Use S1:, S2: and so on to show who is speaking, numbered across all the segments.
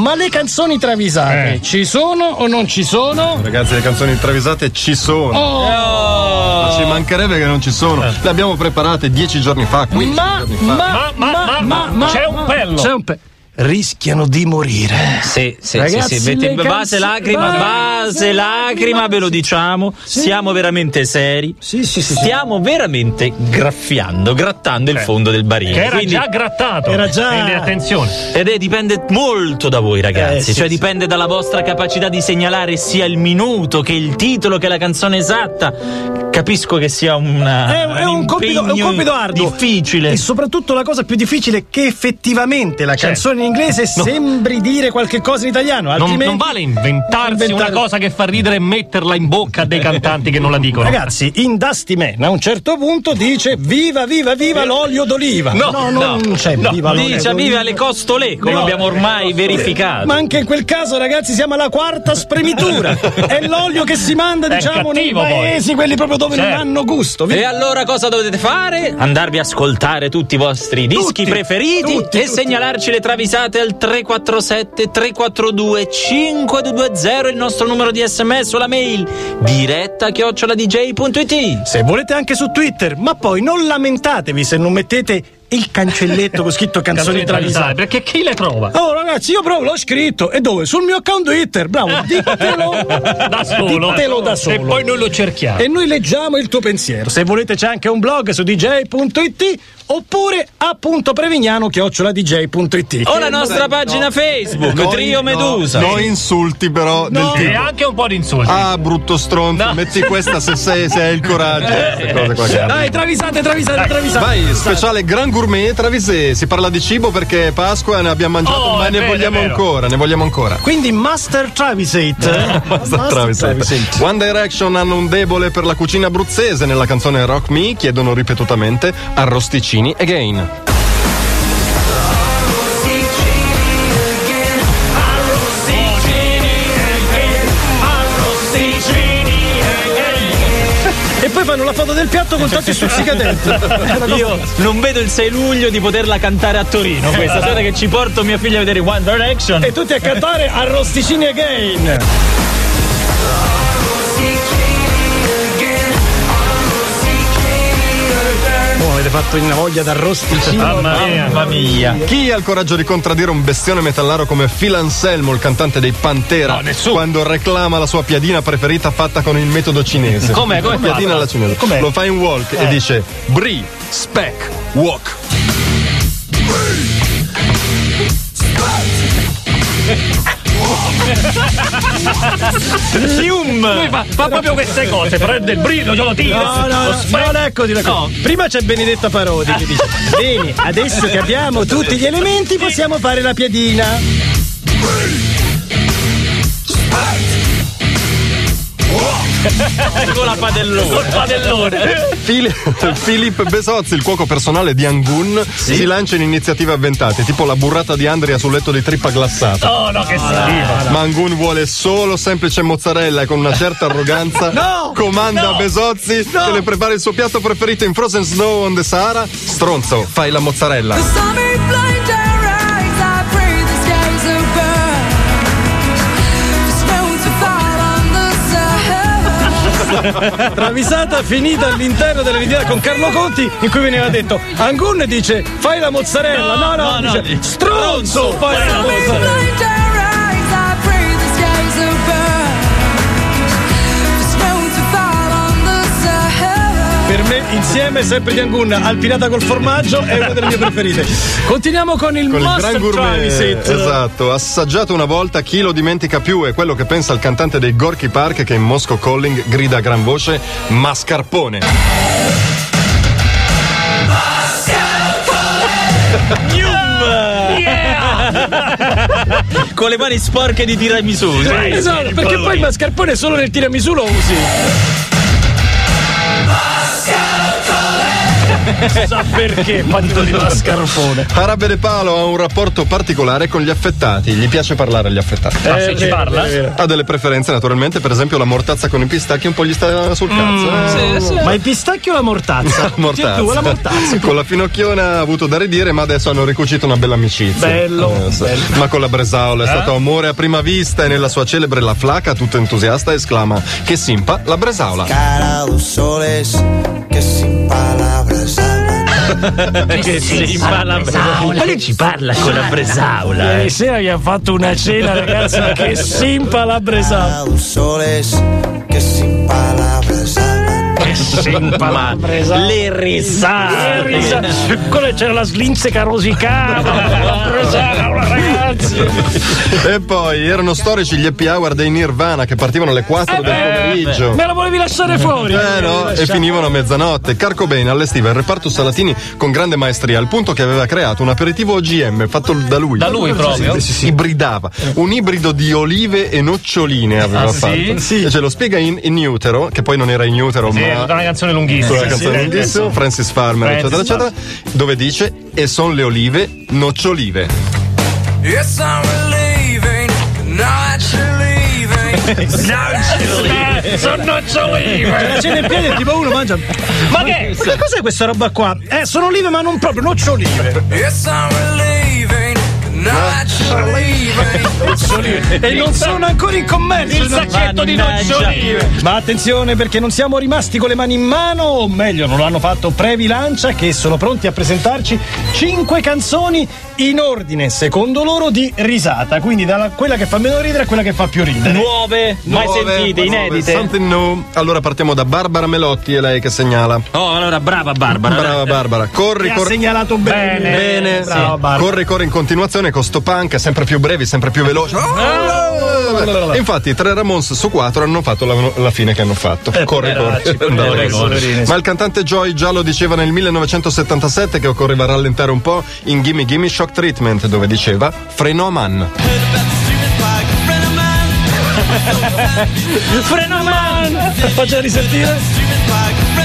S1: Ma le canzoni travisate
S2: Eh.
S1: ci sono o non ci sono? Oh.
S3: Ragazzi, le canzoni travisate ci sono.
S2: Oh.
S3: Ma ci mancherebbe che non ci sono.
S2: Eh.
S3: Le abbiamo preparate dieci giorni fa, 15
S1: Ma,
S3: giorni fa.
S1: ma, ma, ma, ma,
S2: c'è un pello.
S1: C'è un pe- Rischiano di morire.
S4: Sì, sì,
S1: Ragazzi,
S4: sì, sì.
S1: le
S4: Vete- base
S1: canzoni-
S4: lacrima,
S1: base
S4: base
S1: lacrima,
S4: lacrima, ve lo diciamo. Siamo veramente seri.
S1: Sì, sì, sì.
S4: Stiamo veramente graffiando, grattando
S1: Eh.
S4: il fondo del barile.
S2: Che era
S4: Quindi-
S2: già grattato.
S1: Era già-
S2: Quindi attenzione.
S4: Ed è dipende molto da voi,
S1: Eh,
S4: ragazzi.
S1: sì,
S4: cioè,
S1: sì.
S4: dipende dalla vostra capacità di segnalare sia il minuto che il titolo che la canzone esatta. Capisco che sia una.
S1: È, è un, compito, è un
S4: impegno
S1: compito arduo.
S4: Difficile.
S1: E soprattutto la cosa più difficile è che effettivamente la canzone in inglese sembri dire qualche cosa in italiano.
S2: Certo. Non,
S1: altrimenti...
S2: non vale inventarsi
S1: Inventare-
S2: una cosa che fa ridere e metterla in bocca a dei cantanti che non la dicono.
S1: Ragazzi, in Dusty Man a un certo punto dice viva viva viva l'olio d'oliva.
S2: Eh. No,
S1: non c'è viva l'olio
S4: Dice,
S1: d'oliva.
S4: viva le costole, come
S1: No,
S4: abbiamo ormai
S2: Ah,
S4: verificato.
S1: Ma anche in quel caso, ragazzi, siamo alla quarta spremitura. È l'olio che si manda,
S2: È
S1: diciamo, nei
S2: cattivo, poi.
S1: paesi, quelli proprio dove non
S2: Certo.
S1: hanno gusto.
S4: E
S1: Vi-
S4: allora cosa dovete fare? Andarvi a ascoltare tutti i vostri dischi
S1: Tutti,
S4: preferiti
S1: tutti,
S4: e
S1: tutti.
S4: segnalarci le travisate al 347 342 5220 il nostro numero di sms o la mail diretta chioccioladj.it
S1: Se volete anche su Twitter, ma poi non lamentatevi se non mettete il cancelletto con scritto canzoni
S2: Canzoni travisate,
S1: travisate.
S2: perché chi le trova?
S1: Oh ragazzi, io proprio l'ho scritto. E dove? Sul mio account Twitter. Bravo, ditelo
S2: Da solo.
S1: Ditelo da solo.
S2: E poi noi lo cerchiamo.
S1: E noi leggiamo il tuo pensiero. Se volete c'è anche un blog su dj.it oppure a.prevignano dj.it.
S2: Oh,
S4: o la nostra pagina Facebook
S3: No,
S4: Trio
S3: no,
S4: Medusa
S3: No, insulti però del
S2: E
S3: tipo.
S2: anche un po' di insulti.
S3: Ah, brutto stronzo,
S2: Eh. No. Eh.
S3: metti questa se, sei, se hai il coraggio. Queste cose qua che-
S1: Dai, travisate, travisate, travisate.
S3: Vai, speciale Gran Gourmet Travisé. Si parla di cibo perché è Pasqua ne abbiamo mangiato,
S2: Oh,
S3: ma
S2: è
S3: ne
S2: vero,
S3: vogliamo
S2: è vero.
S3: ancora, ne vogliamo ancora.
S1: Quindi Master Travisate. Eh, Master
S3: Travisate.
S1: Travisate.
S3: One Direction hanno un debole per la cucina abruzzese. Nella canzone Rock Me chiedono ripetutamente arrosticini again.
S1: E poi fanno la foto del piatto con tanti stuzzicadenti.
S4: io non vedo il 6 luglio di poterla cantare a Torino
S1: Eh,
S4: questa sera che ci porto mia figlia a vedere One Direction
S1: E tutti a cantare arrosticini again. Oh, avete fatto una voglia d'arrosticini.
S2: Mamma mia.
S4: mamma mia
S3: Chi ha il coraggio di contraddire un bestione metallaro come Phil Anselmo, il cantante dei Pantera,
S2: No, nessuno.
S3: quando reclama la sua piadina preferita fatta con il metodo cinese?
S2: Com'è? Com'è Eh.
S3: Piadina
S2: fatta?
S3: alla cinese. Lo fa in walk e dice Bri, spec, walk.
S2: Lui fa, fa proprio queste cose, prende il brillo, glielo tira.
S1: No, no,
S2: lo
S1: no,
S2: spe-
S1: non è così la cosa. Prima c'è Benedetta Parodi che dice: Bene, adesso che abbiamo tutti gli elementi, possiamo fare la piadina.
S4: con la padellona
S2: Col padellone.
S3: Fili- Filippo Besozzi, il cuoco personale di Angun, si lancia in iniziative avventate, tipo la burrata di Andrea sul letto di trippa glassata.
S2: Oh no, che
S1: Ah.
S2: schifo.
S3: Ma Angun vuole solo semplice mozzarella e con una certa arroganza
S1: No!
S3: comanda
S2: No!
S3: a Besozzi che le prepara il suo piatto preferito in Frozen Snow on the Sahara. Stronzo, fai la mozzarella.
S5: Summer blind our eyes, I pray the skies are burned. The stones will fall on the Sahara.
S1: Travisata finita all'interno della videata con Carlo Conti, in cui veniva detto: Angun dice: Fai la mozzarella. No, no,
S4: no,
S1: dice: Stronzo, fai la
S5: Summer
S1: mozzarella.
S5: blind our eyes, I pray the skies are burned. The stones will fall on the Sahara.
S1: Per me, insieme sempre di Angun, al pirata col formaggio è una delle mie preferite. Continuiamo con il
S3: Con il
S1: Master
S3: gran gourmet,
S1: Travisate.
S3: esatto, assaggiato una volta chi lo dimentica più è quello che pensa il cantante dei Gorky Park che in Moscow Calling grida a gran voce mascarpone.
S4: con le mani sporche di tiramisù sai?
S1: Esatto, perché poi il mascarpone solo nel tiramisù lo usi.
S2: Sa perché, Pantoli mascarpone?
S3: Arabe De Palo ha un rapporto particolare con gli affettati, gli piace parlare agli affettati.
S2: Ah, se ci parla?
S3: Ha delle preferenze naturalmente, per esempio la mortazza con i pistacchi un po' gli sta sul cazzo. eh.
S2: Ma il pistacchio o la mortazza?
S3: Mortazza.
S2: Tu, la mortazza.
S3: Con la Finocchiona ha avuto da ridire, ma adesso hanno ricucito una bella amicizia.
S2: Bello,
S3: Eh, sì.
S2: bello.
S3: Ma con la Bresaola è stato amore a prima vista e nella sua celebre La Flaca, tutto entusiasta, esclama: Che simpa la Bresaola!
S6: Cara dos soles que sin palabras hablan.
S2: Che si parla Ma lui ci parla con la bresaula.
S1: Ieri sera gli ha fatto una cena, ragazzi, ma che simpa la Bresaola.
S6: Cara dos soles que sin palabras hablan.
S4: Ma le risate.
S1: Che risa. Quella c'era la slinze che rosicava, la Bresaola, ragazzi.
S3: E poi erano storici gli happy hour dei Nirvana che partivano alle 4 del
S2: eh,
S3: pomeriggio.
S1: Me la volevi lasciare fuori?
S3: Eh no, e finivano a mezzanotte. Carcobain allestiva il reparto Salatini con grande maestria, al punto che aveva creato un aperitivo OGM fatto da lui.
S4: Da lui proprio?
S3: Sì, sì, sì. Ibridava. Un ibrido di olive e noccioline aveva
S4: Ah, sì?
S3: fatto. E ce lo spiega in, in utero, che poi non era in utero,
S2: Sì, è
S3: ma.
S2: tutta una canzone
S3: Sulla
S2: lunghissima.
S3: canzone
S2: Sì,
S3: lunghissima,
S2: adesso.
S3: Francis Farmer,
S2: Francis
S3: eccetera, eccetera, dove dice: E son le olive, nocciolive.
S5: Yes, I'm relieving. Now that you're leaving.
S2: Eh, Sono nocciolive.
S1: Ce n'è pieno e tipo uno mangia.
S2: Ma che?
S1: Ma che cos'è questa roba qua? Eh, sono olive ma non proprio, nocciolive.
S5: yes, I'm relieving. Now that you're leaving.
S1: E non sono ancora in commercio.
S2: Il sacchetto di
S4: Mannaggia.
S2: nocciolive.
S1: Ma attenzione perché non siamo rimasti con le mani in mano, o meglio, non lo hanno fatto Previ Lancia che sono pronti a presentarci cinque canzoni in ordine, secondo loro, di risata. Quindi dalla quella che fa meno ridere a quella che fa più ridere.
S4: Nuove, mai
S3: Nuove,
S4: sentite,
S3: nuove,
S4: inedite.
S3: something new. Allora partiamo da Barbara Melotti, è lei che segnala.
S4: Oh, allora brava Barbara.
S3: Brava Barbara, corri,
S1: Ti ha
S3: corri.
S1: segnalato bene.
S2: Bene.
S3: Bene,
S1: Brava
S3: sì.
S1: Barbara.
S3: corri corri in continuazione con sto punk, sempre più brevi, sempre più veloci. E infatti, tre Ramons su quattro hanno fatto la, la fine che hanno fatto. corri, corri.
S1: Eh, poveracci,
S3: Andate
S1: poveracci,
S3: così.
S1: poverini, sì.
S3: Ma il cantante Joy già lo diceva nel 1977 che occorreva rallentare un po' in Gimme Gimme Shock Treatment, dove diceva freno a man.
S1: Frenoman! Faccia risentire.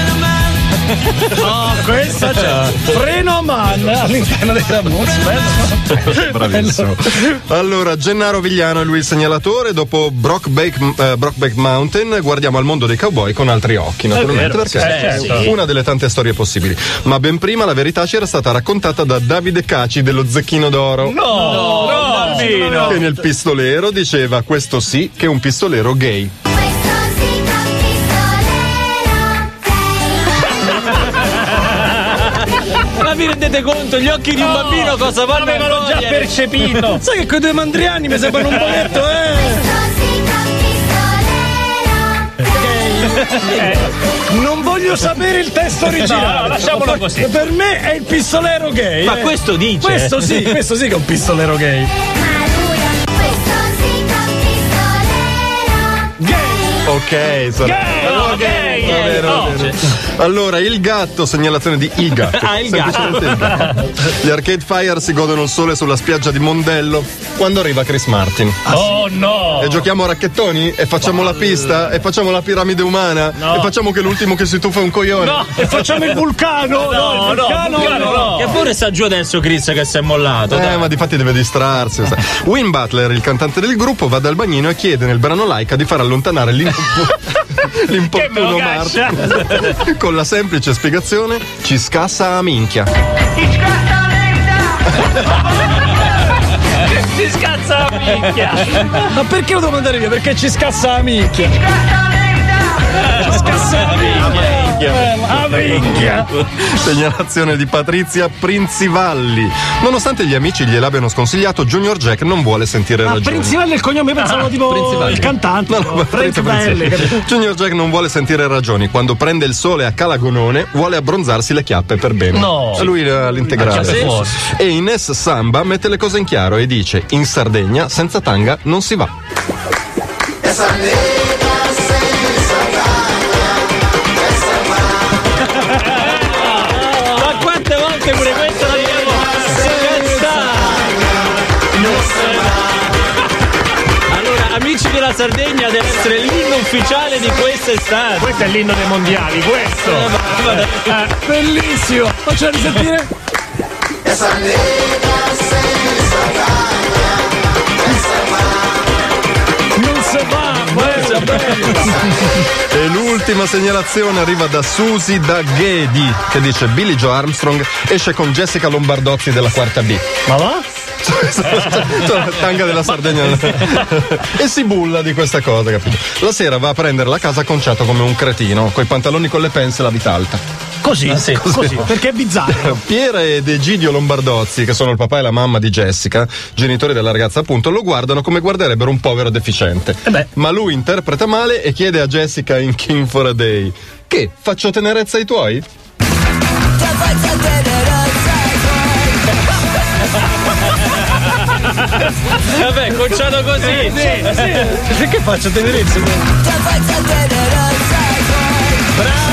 S1: Oh, questa c'è. Frenoman all'interno della musica.
S3: Bravissimo. Allora, Gennaro Vigliano è lui il segnalatore. Dopo Brockback, eh, Brockback Mountain, guardiamo al mondo dei cowboy con altri occhi, naturalmente,
S2: vero,
S3: perché è
S2: sì,
S3: una delle tante storie possibili. Ma ben prima la verità ci era stata raccontata da Davide Caci dello Zecchino d'Oro.
S2: No, no, bambino.
S3: Che nel pistolero diceva questo sì che è un pistolero gay.
S7: Questo sì che è un pistolero gay.
S4: Ma vi rendete conto gli occhi di un bambino cosa vanno
S2: L'avevano
S4: a
S2: già
S4: cogliere?
S2: percepito.
S1: Sai che quei due mandriani mi sembrano un boletto, eh?
S7: Questo sì che è un pistolero gay.
S1: Non voglio sapere il testo originale.
S2: No, no, lasciamolo così.
S1: Per me è il pistolero gay.
S4: Ma
S1: eh.
S4: questo dice.
S1: Questo sì, questo sì che è un pistolero gay.
S7: Ma lui è- Questo sì che è un pistolero
S1: Gay!
S3: Ok, sono...
S2: no,
S3: Gay,
S2: gay,
S3: va bene, va
S4: Oh.
S2: no.
S3: bene. Cioè. Allora, il gatto, segnalazione di il gatto.
S4: Ah, il gatto.
S3: Semplicemente il gatto. Gli Arcade Fire si godono il sole sulla spiaggia di Mondello quando arriva Chris Martin.
S2: Oh no.
S3: E giochiamo a racchettoni? E facciamo la pista? E facciamo la piramide umana? E facciamo che l'ultimo che si tuffa è un coglione?
S2: No.
S1: E facciamo il vulcano! No,
S2: No,
S1: il
S2: no,
S1: vulcano!
S2: Vulcano no.
S4: Che pure sta giù adesso Chris che si è mollato.
S3: Eh,
S4: dai.
S3: ma difatti deve distrarsi. sai. Win Butler, il cantante del gruppo, va dal bagnino e chiede nel brano laica di far allontanare l'impo-
S2: me lo
S3: l'importuno
S2: caccia.
S3: Martin. Con la semplice spiegazione: ci scassa a minchia.
S2: Si scazza la minchia.
S1: Ma perché lo devo andare via? Perché ci scassa la minchia! Ci scassa la minchia! Eh, La minchia!
S3: Segnalazione di Patrizia Prinzivalli. Nonostante gli amici gliel'abbiano sconsigliato, Junior Jack non vuole sentire
S1: Ma
S3: ragioni.
S1: Prinzivelli è il cognome,
S2: Ah,
S1: pensavo tipo
S3: Prinzivelli.
S1: il cantante.
S3: No, no, ma Frenzo
S1: Prinzivelli,
S3: Prinzi-
S1: capito?
S3: Junior Jack non vuole sentire ragioni. Quando prende il sole a Calagonone, vuole abbronzarsi le chiappe per bene.
S2: No.
S3: A Lui eh,
S2: Ah,
S3: l'integrale.
S2: sì?
S3: E Ines Samba mette le cose in chiaro e dice: In Sardegna senza tanga non si va.
S4: Ma quante volte pure questo l'abbiamo cantato? Allora, amici di della Sardegna deve essere l'inno ufficiale di quest'estate.
S2: Questo è l'inno dei mondiali, questo.
S1: Bellissimo! Facciamo risentire. Non se va, ma è
S3: E l'ultima segnalazione arriva da Susi da Ghedi, che dice Billy Joe Armstrong esce con Jessica Lombardotti della quarta B.
S1: Ma va?
S3: Esatto. Tanga della Sardegna. e si bulla di questa cosa, capito? La sera va a prendere la casa conciato come un cretino, coi pantaloni con le penze e la vita alta. Ah,
S1: Così, così, perché è bizzarro.
S3: Piera ed Egidio Lombardozzi, che sono il papà e la mamma di Jessica, genitori della ragazza appunto, lo guardano come guarderebbero un povero deficiente.
S1: beh.
S3: Ma lui interpreta male e chiede a Jessica in King for a Day: Che faccio tenerezza ai tuoi?
S4: Vabbè, conciato così.
S1: Perché faccio tenerezza?
S5: Bravo!